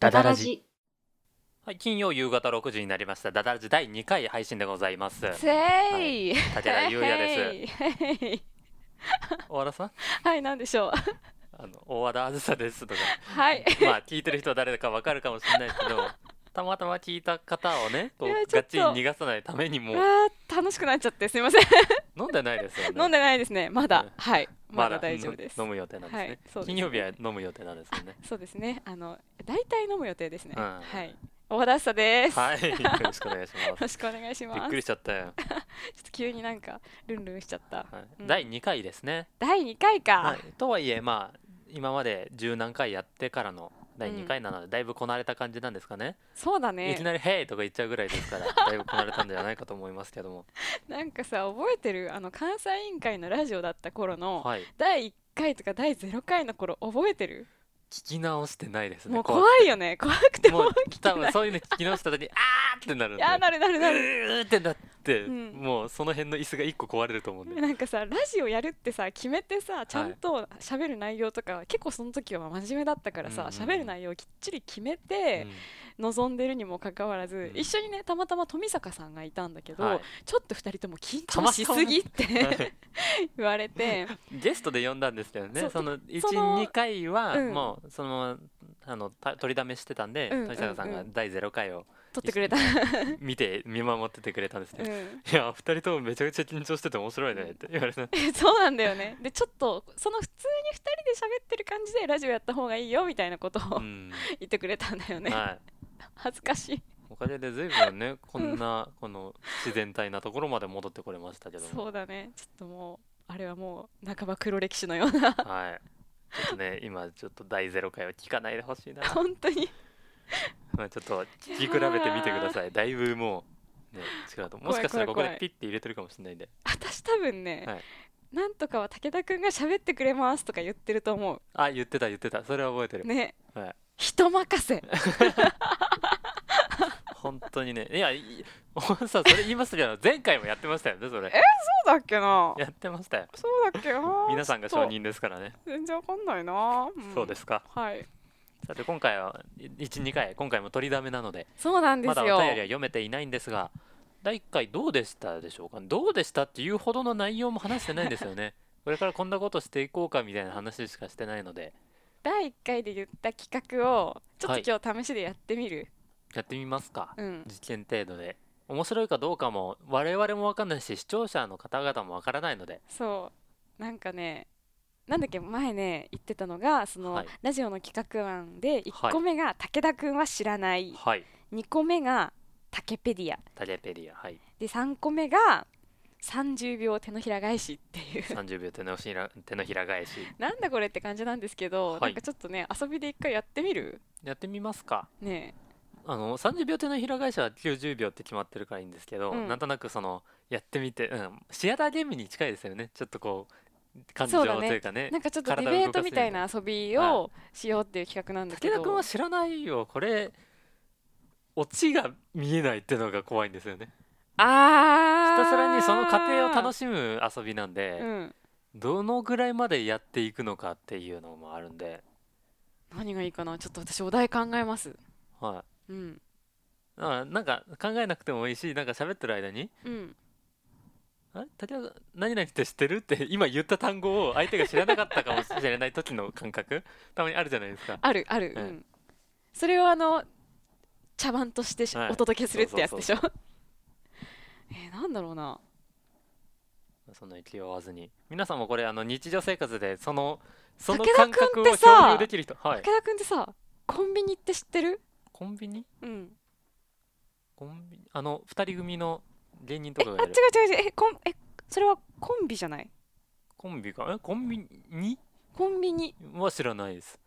ダダラジ。はい、金曜夕方6時になりました。ダダラジ第2回配信でござい ます。せーい。竹田優也です。です。大和田さん、はい、なんでしょう。あの大和田あずさですとか、 はい。まあ聞いてる人は誰だかわかるかもしれないけど、 たまたま聞いた方をね、こいやうちょガっとチに逃がさないために もあー楽しくなっちゃってすみません。飲んでないですよね。飲んでないですね。まだね。はい。まだうん大丈夫です飲。む予定なんですね。はいそうですね金曜日は飲む予定なんですよ ね。そうですね。あの大体飲む予定ですね。うんはい。大和田さです。よはい、よろしくお願いしまろしくお願いしす。びっまくす。ちょりしちゃったよ。っと急になんかルンルンしちゃった。はいうん第2回ですね。第2回か。はい、とはいえまあ今まで十何回やってからの第2回なので、だいぶこなれた感じなんですかねそうだいねき。なり「へい!」とか言っちゃうぐらいですから だいぶこなれたんじゃないかと思いますけどもなんかさ覚えてるあの関西委員会のラジオだった頃の、はい第1回とか第0回の頃覚えてる？聞き直してないですねもう怖いよね。怖くていももうう聞多けな分い。そういうの聞き直した時に「あー!」ってなるんいでやなるなるなる。うーってなって、うんもうその辺の椅子が1個壊れると思うんで なんかさラジオやるってさ決めてさちゃんと喋る内容とか、結構その時は真面目だったからうんさうんうん喋、る内容をきっちり決めて臨んでるにもかかわらず、うん一緒にねたまたま富坂さんがいたんだけど、はい ちょっと2人とも緊張しすぎってまたま 言われてうんゲストで呼んだんですけどそねうそのその12回はうんもうそのままあのた取りだめしてたんで、うんうんうん富坂さんが第0回を撮ってくれた、見て見守っててくれたんですうね、いん、や二人ともめちゃくちゃ緊張してて面白いねって言われて、そうなんだ よねでちょっとその普通に2人で喋ってる感じでラジオやった方がいいよみたいなことを、うん、言ってくれたんだよね、はい恥ずかしいおかげで随分 ねこんなこの自然体なところまで戻ってこれましたけどもそうだねちょっともうあれはもう半ば黒歴史のようなはいちょっとね今ちょっと第0回は聞かないでほしい な本当にまあちょっと聞き比べてみてくださいだいぶもうね違うともしかしたらここ怖い怖い怖いでピッて入れてるかもしれないんで私多分ね、はいなんとかは武田くんが喋ってくれますとか言ってると思あ言ってた言ってたそれは覚えてる、うねはい人任 せ本当にねいやい さそれ言いますけど前回もやってましたよねそれそうだっけなやってましたよそうだっけな 皆さんが承認ですからね全然わかんないな、そうですすか。はいさて今回は12回今回も取りだめなのでそうなんでますだおよ、便りは読めていないんですが第1回どうでしたでしょうかどうでしたっていうほどの内容も話してないんですよ ねこれからこんなことしていこうかみたいな話しかしてないので第1回で言った企画をちょはっいと今日試しでやってみる、やってみますかうん実験程度で面白いかどうかも我々も分かんないし視聴者の方々も分からないのでそうなんかねなんだっけ前ね言ってたのがその、はいラジオの企画案では1い個目が武田くんは知らない、はい2個目がタケペディアタレペリアはいで3個目が30秒手のひら返しっていう 30秒手のひら手のひら返しなんだこれって感じなんですけど、はいなんかちょっとね遊びで一回やってみるやってみますかねあの30秒手のひら返しは90秒って決まってるからいいんですけど、うんなんとなくそのやってみて、うん、シアターゲームに近いですよねちょっとこう感情そうとだねいうかねなんかちょっとディ体をベー動かすトみたいな遊びをしようっていう企画なんだけ武ど田君は知らないよこれオチが見えないってのが怖いんですよねひあーたすらにその過程を楽しむ遊びなんで、うんどのぐらいまでやっていくのかっていうのもあるんで、何がいいかなちょっと私お題考えますはうんい、あなんか考えなくてもいいしなんか喋ってる間にうんあれ竹田何々って知ってるって今言った単語を相手が知らなかったかもしれない時の感覚 たまにあるじゃないですかあるある、ううんんそれをあの茶番としてしはいお届けするってやつでしょ えーなんだろうなその勢いを追わずに皆さんもこれあの日常生活でそのその武田感覚を君ってさ共有できる人はい武田くんってさコンビニって知ってるコンビニうんコンビニあの二人組の芸人えとあか違うがやる違う違うえコンえそれはコンビじゃないコンビかえコンビニコンビニは知らないです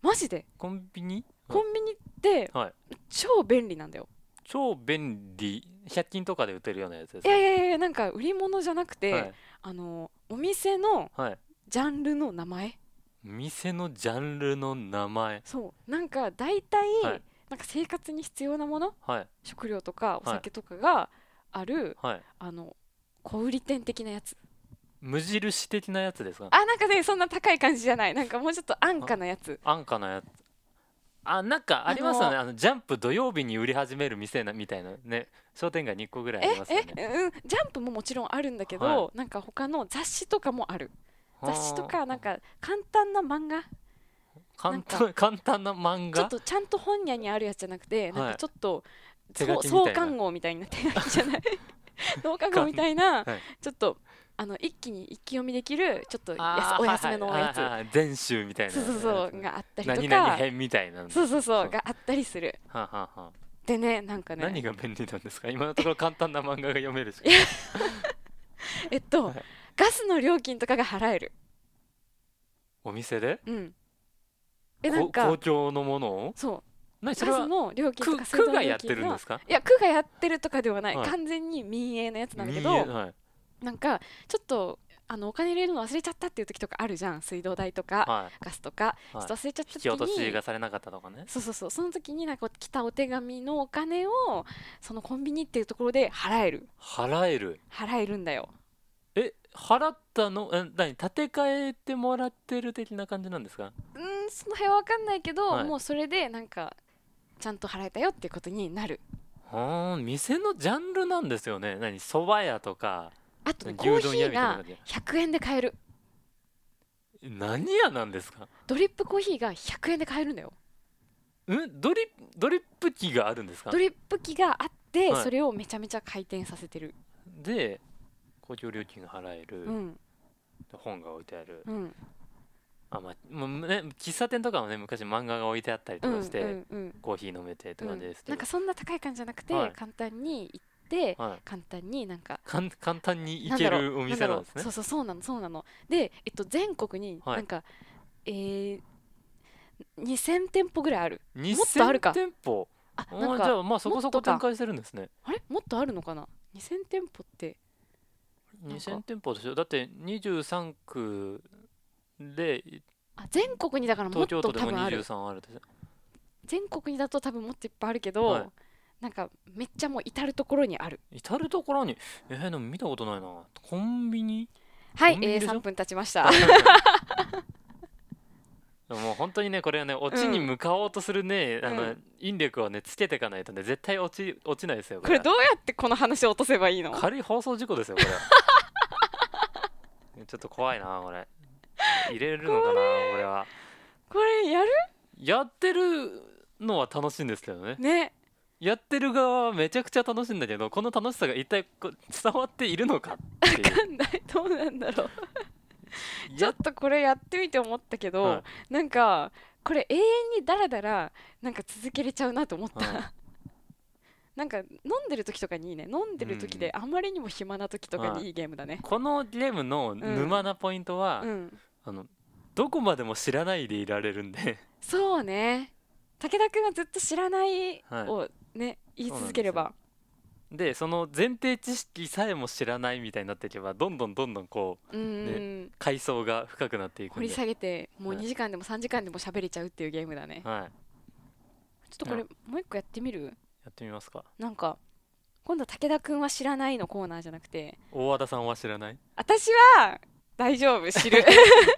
マジでコンビニコンビニって、はい超便利なんだよ超便利100均とかで売ってるようなやつですいやいやいやなんか売り物じゃなくて、はいあのお店のはいジャンルの名前店のジャンルの名前そうなんか大体、はいなんか生活に必要なものはい食料とかお酒とかがある、はいあの小売店的なやつ無印的なやつですかあなんかねそんな高い感じじゃないなんかもうちょっと安価なやつ安価なやつあなんかありますよねああのジャンプ土曜日に売り始める店なみたいなね商店街に1個ぐらいありますよねえうんジャンプももちろんあるんだけど、はなんか他の雑誌とかもある雑誌とはかあなんか簡単な漫画簡な単簡単な漫ちょっ画とちゃんと本屋にあるやつじゃなくて、なんかちょっと手書きみたいな創刊号みたいな手書きじゃない 創刊号みたいな、はいちょっとあの一気に一気読みできるちょっとやあーすお休みのはいはいやつ、はいはい全集みたいなそうそうそうやつがあったりと何々か編みたいなのそうそうそそううがあったりするはあはあはあでねなんか何ねが便利なんですか今のところ簡単な漫画が読めるしかえっと、はいガスの料金とかが払えるお店でうんえなんこか公共のものをそう何それガスはの料金と区か水道区のが料やって金るんのですかいや区がやってるとかではない、はい完全に民営のやつなんだけ民営どはいなんかちょっとあのお金入れるの忘れちゃったっていう時とかあるじゃん水道代とかはいガスとか、はいちょっと忘れちゃった引き落と時しにがされなかったとかねそうそうそうその時になんか来たお手紙のお金をそのコンビニっていうところで払える払える払えるんだよえ払ったのえ何立て替えてもらってる的な感じなんですかうーんその辺は分かんないけど、はいもうそれでなんかちゃんと払えたよっていうことになるはー店のジャンルなんですよね何蕎麦屋とかあとねコー牛ヒ丼屋ーみたいなが感じで100円で買える何屋なんですかドリップコーヒーが100円で買えるんだようんドリドリップ機があるんですかドリップ機があって、はいそれをめちゃめちゃ回転させてるで公共料金が払える、うん本が置いてある、うんあまあもうね喫茶店とかもね昔漫画が置いてあったりうとんかして、うんうんコーヒー飲めてって感じですけなど、んかそんな高い感じじゃなくて、はい簡単に行ってはい、簡単になんかかん簡単に行んけだろるうお店なんですだろねうそうそうそうなのそうなので、えっと、全国にはいなんか、えー2000店舗ぐらいある2000もっとあるか店舗ああなんじゃかあまあそこそこもっとか展開してるんですねあれもっとあるのかな2000店舗ってなんか2000店舗でしょだって23区であ全国にだからもっ東と京都で多も分ある23あるでしょ全国にだと多分もっといっぱいあるけど、はいなんかめっちゃもう至る所にある至る所にえー、でも見たことないなコンビニはいコ、ンビニえー、でしょ3分経ち ま したもう本当にねこれはねオチに向かおうとするね、あうのん引力をねつけていかないとね絶対落ち落ちないですよこれどうやってこの話を落とせばいいの軽い放送事故ですよこれ ちょっと怖いなこれ入れるのかなこれはこれやるやってるのは楽しいんですけどねねやってる側はめちゃくちゃ楽しいんだけどこの楽しさが一体こ伝わっているのかっていうなんだいどうなんだろう ちょやっとこれやってみて思ったけど、はなんかこれ永遠にダラダラなんか続けれちゃうなと思った、は なんか飲んでる時とかにいいね飲んでる時であまりにも暇な時とかにいいゲームだね、このゲームの沼なポイントは、うんあのどこまでも知らないでいられるんで そうね武田君がずっと知らないはいをね、言い続ければでその前提知識さえも知らないみたいになっていけばどんどんどんどんこううんうん、階層が深くなっていく掘んりで、下げてもうはい2時間でも3時間でも喋れちゃうっていうゲームだね、はい、やちょっとこれもう一個やってみるってみますかなんか今度は武田君は知らないのコーナーじゃなくて大和田さんは知らない 私は大丈夫知る30秒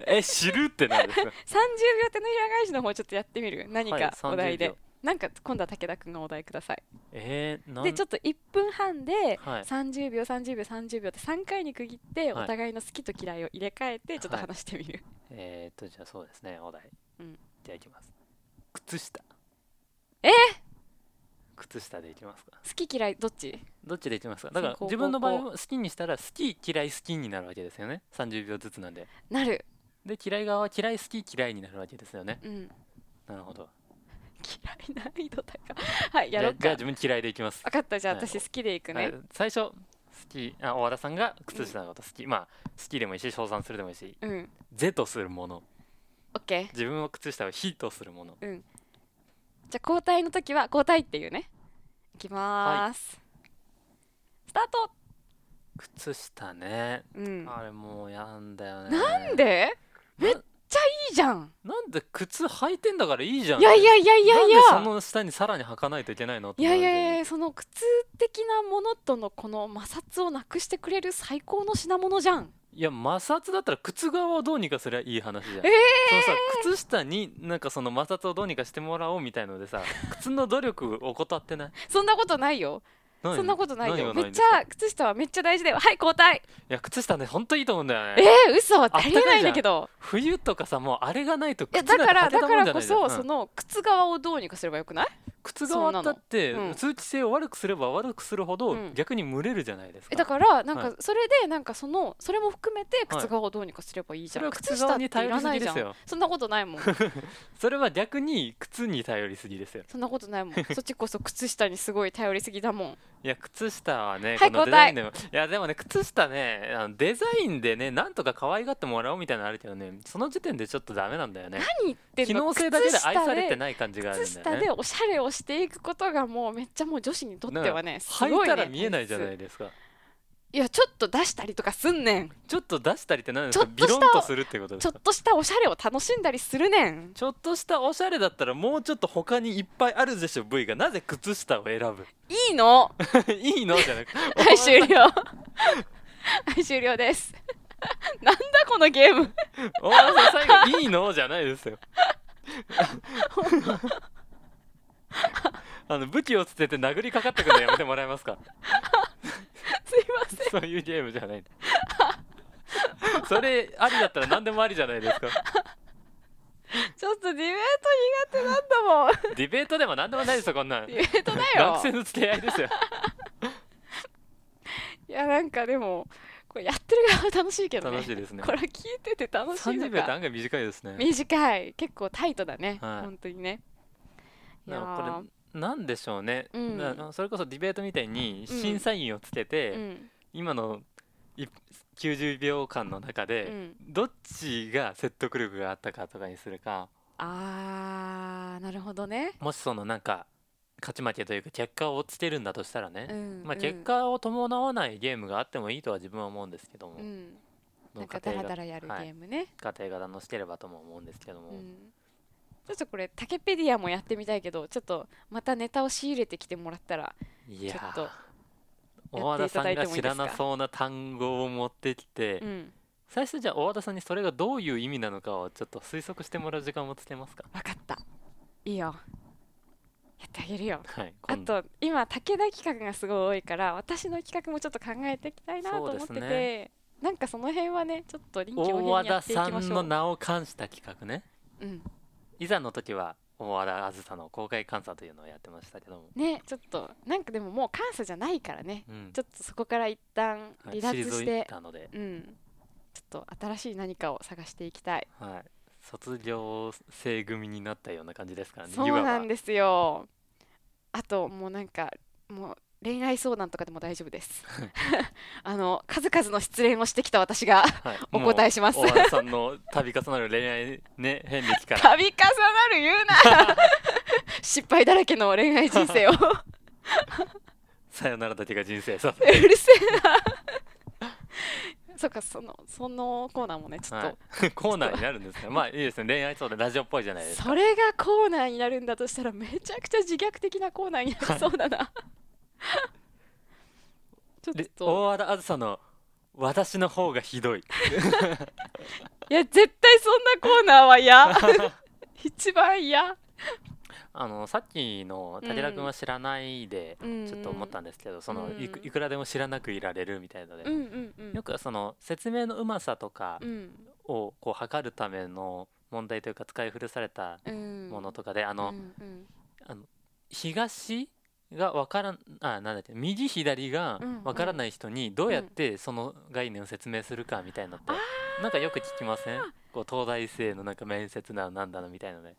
え知るってなんですか手のひら返しの方ちょっとやってみる何はいかお題30で、秒なんか今度は武田君がお題くださいえー、なんでちょっと1分半ではい30秒30秒30秒って3回に区切ってはいお互いの好きと嫌いを入れ替えてちょっとはい話してみる、えー、っとじゃあそうですねお題、うんじゃあいきます靴下え靴下でいきますか好き嫌いどっちどっちでいきますかだから先行自分の場合後は好きにしたら好き嫌い好きになるわけですよね30秒ずつなんでなるで嫌い側は嫌い好き嫌いになるわけですよねうん嫌いなるほど難易度高いはいやろうじゃあかじゃあ自分嫌いでいきます分かったじゃあはい私好きでいくはいね、最初好きあ大和田さんが靴下のこと好き、まあ好きでもいいし称賛するでもいいしうん「是」とするもの OK 自分の靴下を「非」とするものうんじゃあ交代の時は交代っていうねいきまーす、スタート靴下ね、うんあれもうやんだよねなんでめっちゃいいじゃんなんで靴履いてんだからいいじゃんいやいやいやいやいやなんでその下にさらに履かないといけないのっていなやるいじゃんやいやその靴的なものとのこの摩擦をなくしてくれる最高の品物じゃんいや摩擦だったら靴側をどうにかすりゃいい話じゃん、えーそのさ靴下になんかその摩擦をどうにかしてもらおうみたいので さ靴の努力を怠ってないそんなことないよ何そんなことないよ何がめっんでちすかゃ靴下はめっちゃ大事だよはい交代いや靴下ねほんといいと思うんだよえねー、嘘あたかいりじゃんえないんだけど冬とかさもうあれがないといや靴だかならんてだ履けたもかんじらゃなこいじゃんそ、うんその靴側をどうにかすればよくない靴そう側なのだってうん通気性を悪くすれば悪くするほどうん逆に蒸れるじゃないですか、えだからなんはかそれでなんかそのそれも含めて靴側をどうにかすればいいじそゃん、れは靴靴下側ってにいらな頼いりすぎじでゃすんよそんなことないもんそれは逆に靴に頼りすぎですよそんなことな いもんそっちこそ靴下にすごい頼りすぎだもんいや靴下はね、はいこのデザインでもいやでもね靴下ねあのデザインでねなんとか可愛がってもらおうみたいなのあるけどねその時点でちょっとダメなんだよね何言って機んの能性だけで愛されて靴下でない感じがあるん靴だ下よねでおしゃれをしていくことがもうめっちゃもう女子にとってはねす履ごいい、たね、ら見えないじゃないいですかいやちょっと出したりとかすんねんちょっと出したりって何ですかちょっビとしたロンとするってことでちょすっかとしたおしゃれを楽しんだりするねんちょっとしたおしゃれだったらもうちょっと他にいっぱいあるでしょ部位がなぜ靴下を選ぶ いいのいいのじゃなくはい終了 はい終了です なんだこのゲーム お前さん最後「いいの?」じゃないですよ。あの武器を捨てて殴りかかってくるのやめてもらえます かすいませんそういうゲームじゃないそれありだったら何でもありじゃないですかちょっとディベート苦手なんだもん。ディベートでも何でもないですよこんなんディベートだ学生よ。の付き合いですよ いやなんかでもこれやってる側は楽しいけどね。楽しいですねこれ聞いてて楽しい30の秒ってか。案外短いですね短い。結構タイトだね。はい本当にね。いやなーこれなんでしょうね、うんなそれこそディベートみたいにうん審査員をつけて、うん今のい90秒間の中うで、ん。どっちが説得力があったかとかにするかあーなるほどね。もしそのなんか勝ち負けというか結果をつけるんだとしたらうね、ん。まあ、うん結。果を伴わないゲームがあってもいいとは自分は思うんですけども、うん。どなうん家かダ庭がラダラやるゲはいームね。家庭が楽しければとも思うんですけども、うん。ちょっとこれタケペディアもやってみたいけど、ちょっとまたネタを仕入れてきてもらったらいやちょっとー大和田さんやっていただいがてもい知いでらすかなそうな単語を持ってきて、うん最初じゃあ大和田さんにそれがどういう意味なのかをちょっと推測してもらう時間もつけますかわかった。いいよ。やってあげるよ。はいあ今度と今武田企画がすごい多いから私の企画もちょっと考えていきたいなとそう思っですてねて、なんかその辺はねちょっと臨機応大変和にや田っていきさまんしょのう。名を冠した企画ねうん、いざの時は大和田あずさの公開監査というのをやってましたけども、ねちょっとなんかでももう監査じゃないからねうんちょっとそこから一旦離脱しはい退いて、たので、うん、ちょっと新しい何かを探していきたい。はい、卒業生組になったような感じですからねそうなんですよ。あともうなんかもう恋愛相談とかでも大丈 夫です。あの数々の失恋をしてきた私がいわばはいお答えしますもう大和田さんの度重なる恋愛ね 遍歴から度重なる言う な失敗だらけの恋愛人生をうさよならだけが人生さるせえなそっかそのそのコーナーもねちょっと、はい、 コーナーになるんですかまあいいですね恋愛相談ラジオっぽいじゃないですかそれがコーナーになるんだとしたらめちゃくちゃ自虐的なコーナーになりそうだなちょ っでと大和田あずさの私の方がひどいいや絶対そんなコーナー は嫌一番嫌あのさっきの武田君は知らないでちょっと思ったんですけど、そのいくうんいくらでも知らなくいられるみたいので、うんうんうんよくその説明のうまさとかうんをこう測るための問題というか使い古されたうんものとかで、あうんうのんあの東がわからんあなんだっけ右左がうんわからない人にどうやってその概念を説明するかみたいなのって、なんかよく聞きませんこう東大生のなんか面接なのなんだのみたいなので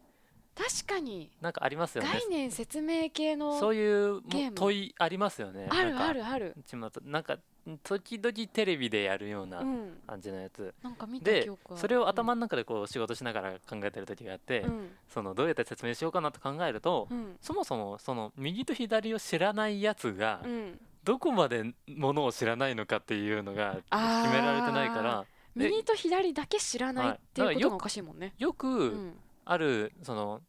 確かになんかありますよね概念説明そ系のういうもゲーム問いありますよねあなんるかあるあるちまったなんか時々テレビでやるようなうん感じのやつ、なんか見たで記憶あるそれを頭の中でこう仕事しながら考えてる時があって、うんそのどうやって説明しようかなと考えると、うんそもそもその右と左を知らないやつがうんどこまでものを知らないのかっていうのが決あーめられてないからで右と左だけ知らないっていうはいだからこよとくがおかしいもんね。ようんくあるその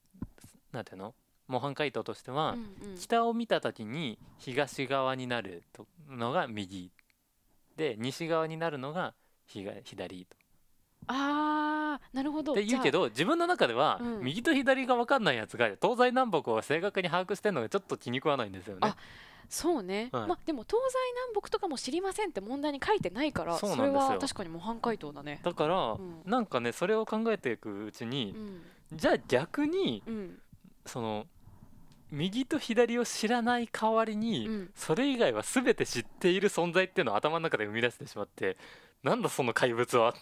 なんていうの模範解答としては、うんうん北を見た時に東側になるとのが右で西側になるのがひが左と。あーなるほどって言うけどど自分の中ではうん右と左が分かんないやつが東西南北を正確に把握してるのがちょっと気に食わないんですよねあ。そうね、はいまあでも東西南北とかも知りませんって問題に書いてないからそうなんれですよは確かに模範解答だねだから、うんなんかねそれを考えていくうちにう、んじゃあ逆にうんその右と左を知らない代わりに、うんそれ以外は全て知っている存在っていうのを頭の中で生み出してしまってなんだその怪物は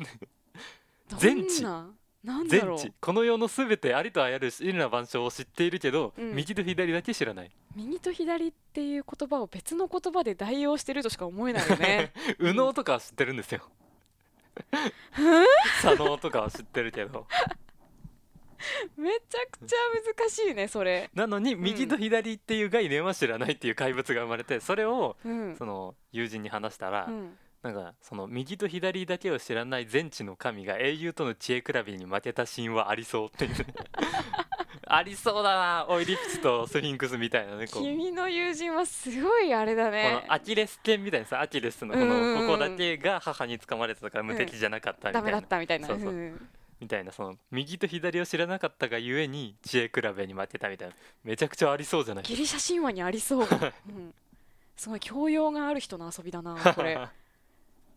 全知どんななんだ全ろう知この世の全てありとあらゆる因な万象を知っているけど、うん右と左だけ知らない右と左っていう言葉を別の言葉で代用してるとしか思えないよね右脳とかは知ってるんですよ左脳とかは知ってるけどめちゃくちゃ難しいねそれなのに右と左っていう概念は知らないっていう怪物が生まれてそれをうんその友人に話したら、うんなんかその右と左だけを知らない全知の神が英雄との知恵比べに負けた神話ありそうっていう ありそうだなオイリプスとスフィンクスみたいなねこうこ君の友人はすごいあれだねのアキレス腱みたいなさアキレスのこうんうんうのんここだけが母に掴まれてたから無敵じゃなかったみダたメいだなったみたいなそうそううんみたいなその右と左を知らなかったがゆえに知恵比べに負けたみたいなめちゃくちゃありそうじゃないギリシャ神話にあ りそう、うん、すごい教養がある人の遊びだな これ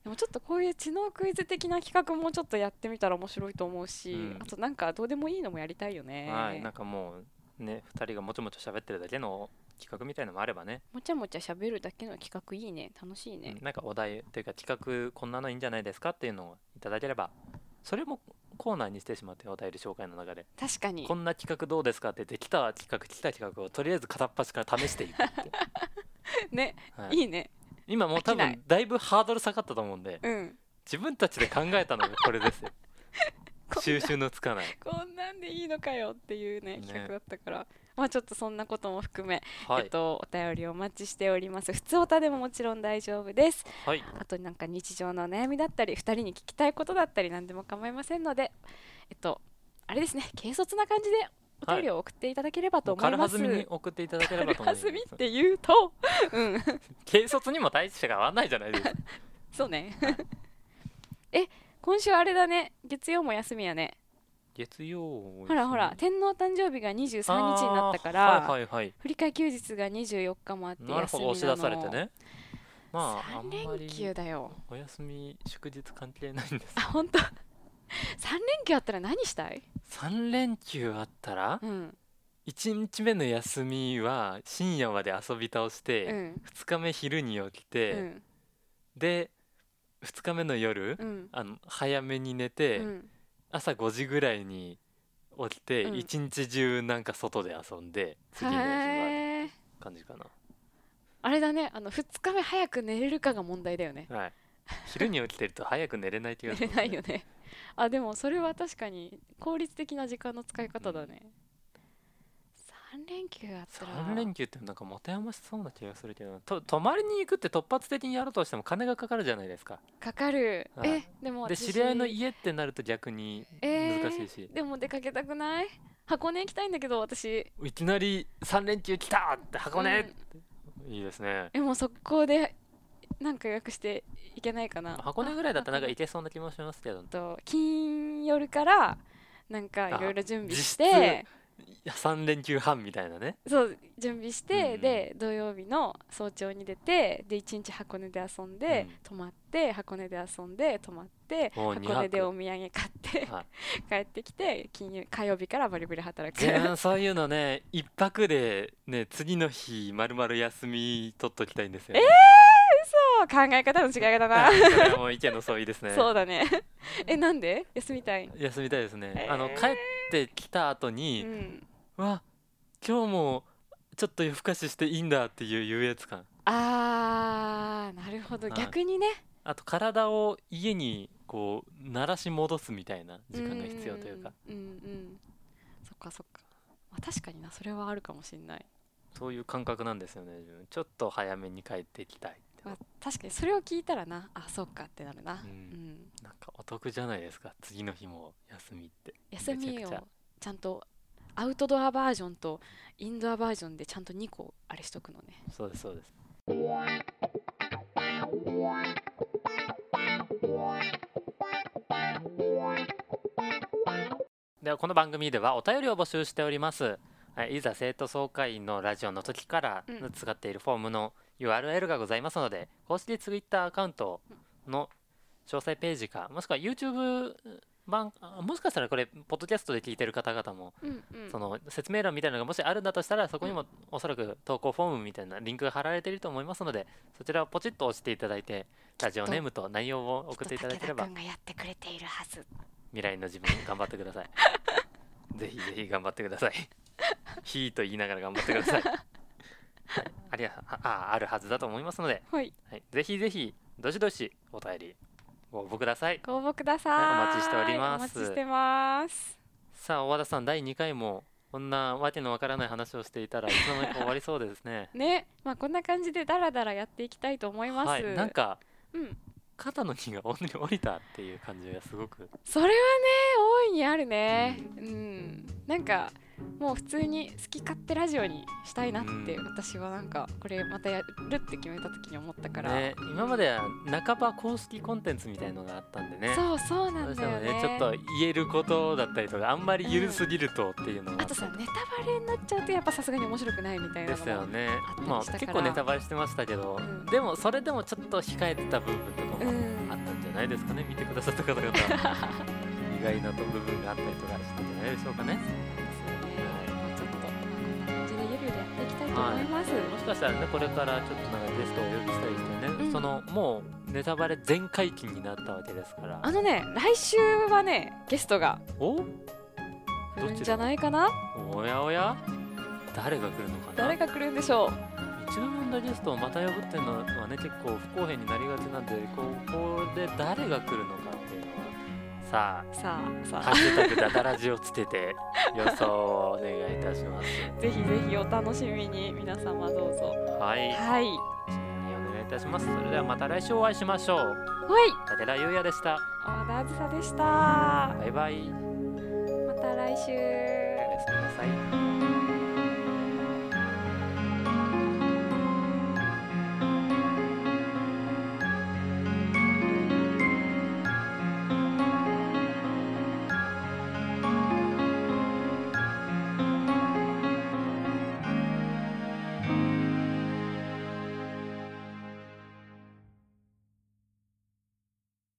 でもちょっとこういう知能クイズ的な企画もちょっとやってみたら面白いと思うし、うんあとなんかどうでもいいのもやりたいよね、はいなんかもうね2人がもちょもちょ喋ってるだけの企画みたいのもあればねもちゃもちゃ喋るだけの企画いいね楽しいね、なんかお題というか企画こんなのいいんじゃないですかっていうのをいただければそれもコーナーにしてしまってお便り紹介の中で確かにこんな企画どうですかって言ってきた企画来た企画をとりあえず片っ端から試していくっていう、ね はいいいね今もう多飽きない分だいぶハードル下がったと思うんでうん自分たちで考えたのがこれですよ こんな収集のつかない、こんなんでいいのかよっていうねね企画だったから、まあちょっとそんなことも含め、はいえっとお便りお待ちしております普通おたでももちろん大丈夫ですはいあとなんか日常のお悩みだったり2人に聞きたいことだったり何でも構いませんのでえっとあれですね軽率な感じでお便りを送っていただければともう思い軽まはす、ずみに送っていただければと思いはますずみって言うとうん 軽率にも大して変わらないじゃないですかそうね え今週あれだね月曜も休みやね月曜お休みほらほら天皇誕生日が23日になったから、あーはいはいはい振り替え休日が24日もあって休みなのなるほど押し出されてねまああん3ま連り休だよお休み祝日関係ないんですあ本当三連休あったら何したい3連休あったらうん1日目の休みは深夜まで遊び倒しうて、ん2日目昼に起きうて、んで2日目の夜、うんあの早めに寝て、うん朝5時ぐらいに起きて、うん一日中なんか外で遊んで次の日がへー感じかな、あれだねあの2日目早く寝れるかが問題だよねはい、昼に起きてると早く寝れない気が寝するれないよねあでもそれは確かに効率的な時間の使い方だね、三3連休あったら3連休ってなんか持て余しそうな気がするけどなと泊まりに行くって突発的にやるとしても金がかかるじゃないですかかかる、はいえでもで私知り合いの家ってなると逆にえー難しいし、でも出かけたくない箱根行きたいんだけど私いきなり3連休来たって箱根、うんいいですねえもう速攻でなんか予約していけないかな箱根ぐらいだったらなんかあ行けそうな気もしますけどと金夜からなんかいろいろ準備して3連休半みたいなねそう準備して、うんうんで土曜日の早朝に出てで一日箱根で遊んで、うん泊まって箱根で遊んで泊まってお箱ー二泊根でお土産買って、は 帰ってきて金曜火曜日からバリバリ働く自 分そういうのね一泊でね次の日まるまる休み取っときたいんですよ、ね、そう考え方の違いだな、 はいそれはもう意見の相違ですねそうだねえなんで休みたい休みたいですね、あのえー帰ってきた後うに、んわ今日もちょっと夜更かししていいんだっていう優越感あーなるほどはい逆にねあと体を家にこう慣らし戻すみたいな時間が必要というかうんうんうんそっかそっか、まあ、確かになそれはあるかもしんない、そういう感覚なんですよね自分ちょっと早めに帰ってきたいってまあ、確かにそれを聞いたらなあそうかってなるな、ううんんなんかお得じゃないですか次の日も休みって休みめちゃくをちゃちゃんとアウトドアバージョンとインドアバージョンでちゃんと2個あれしとくのねそうですそうですではこの番組ではお便りを募集しておりますはいいざ生徒総会員のラジオの時からうん使っているフォームの URL がございますので、公式ツイッターアカウントの詳細ページかもしくは YouTube 版あもしかしたらこれポッドキャストで聞いてる方々も、うんうんその説明欄みたいなのがもしあるんだとしたらそこにもおそらく投稿フォームみたいなリンクが貼られていると思いますのでそちらをポチッと押していただいてラジオネームと内容を送っていただけ ればきっと武田君がやってくれているはず未来の自分頑張ってくだ さいぜひぜひ頑張ってください「ひ」と言いながら頑張ってくだ さい、はい、ありゃあああるはずだと思いますので、はいはい、ぜひぜひどしどしお便りご応募くださいご応募くださいお待ちしておりますお待ちしてますさあ大和田さん第2回もこんなわけのわからない話をしていたらいつの間にか終わりそうでです ねねまあこんな感じでダラダラやっていきたいと思います、はいなんかうん肩の荷が本当に降りたっていう感じがすごくそれはね大いにあるねうんなんかもう普通に好き勝手ラジオにしたいなってうん私はなんかこれまたやるって決めた時に思ったから、ね今までは半ば公式コンテンツみたいのがあったんでねそうそうどなうんしてだもよねねちょっと言えることだったりとかあんまり緩すぎるとっていうのがあとさネタバレになっちゃうとやっぱさすがに面白くないみたいなでのすよも、ねあったりまあしたから結構ネタバレしてましたけど、うんでもそれでもちょっと控えてた部分とかうもんあったんじゃないですかね見てくださった方々意 外なと部分があったりとかしたんじゃないでしょうかねまあちょっとまあこんな感じでゆるゆるやっていきたいと思います、もしかしたらねこれからちょっとなんかゲストをお呼びしたりしてね、うんそのもうネタバレ全解禁になったわけですからあのね来週はねゲストがお来るんじゃないかなおやおや誰が来るのかな誰が来るんでしょう一度呼んだゲストをまた呼ぶっていうのはね結構不公平になりがちなんでここで誰が来るのかっていうのはささああ「さ あハッシュタグダダラジ」をつけて予想をお願いいたしますぜひぜひお楽しみに皆様どうぞ。はいはい。はい。お願いいたしますそれではまた来週お会いしましょう武田優也でした小田あずさでした。まバイバイた来週。おやすみなさい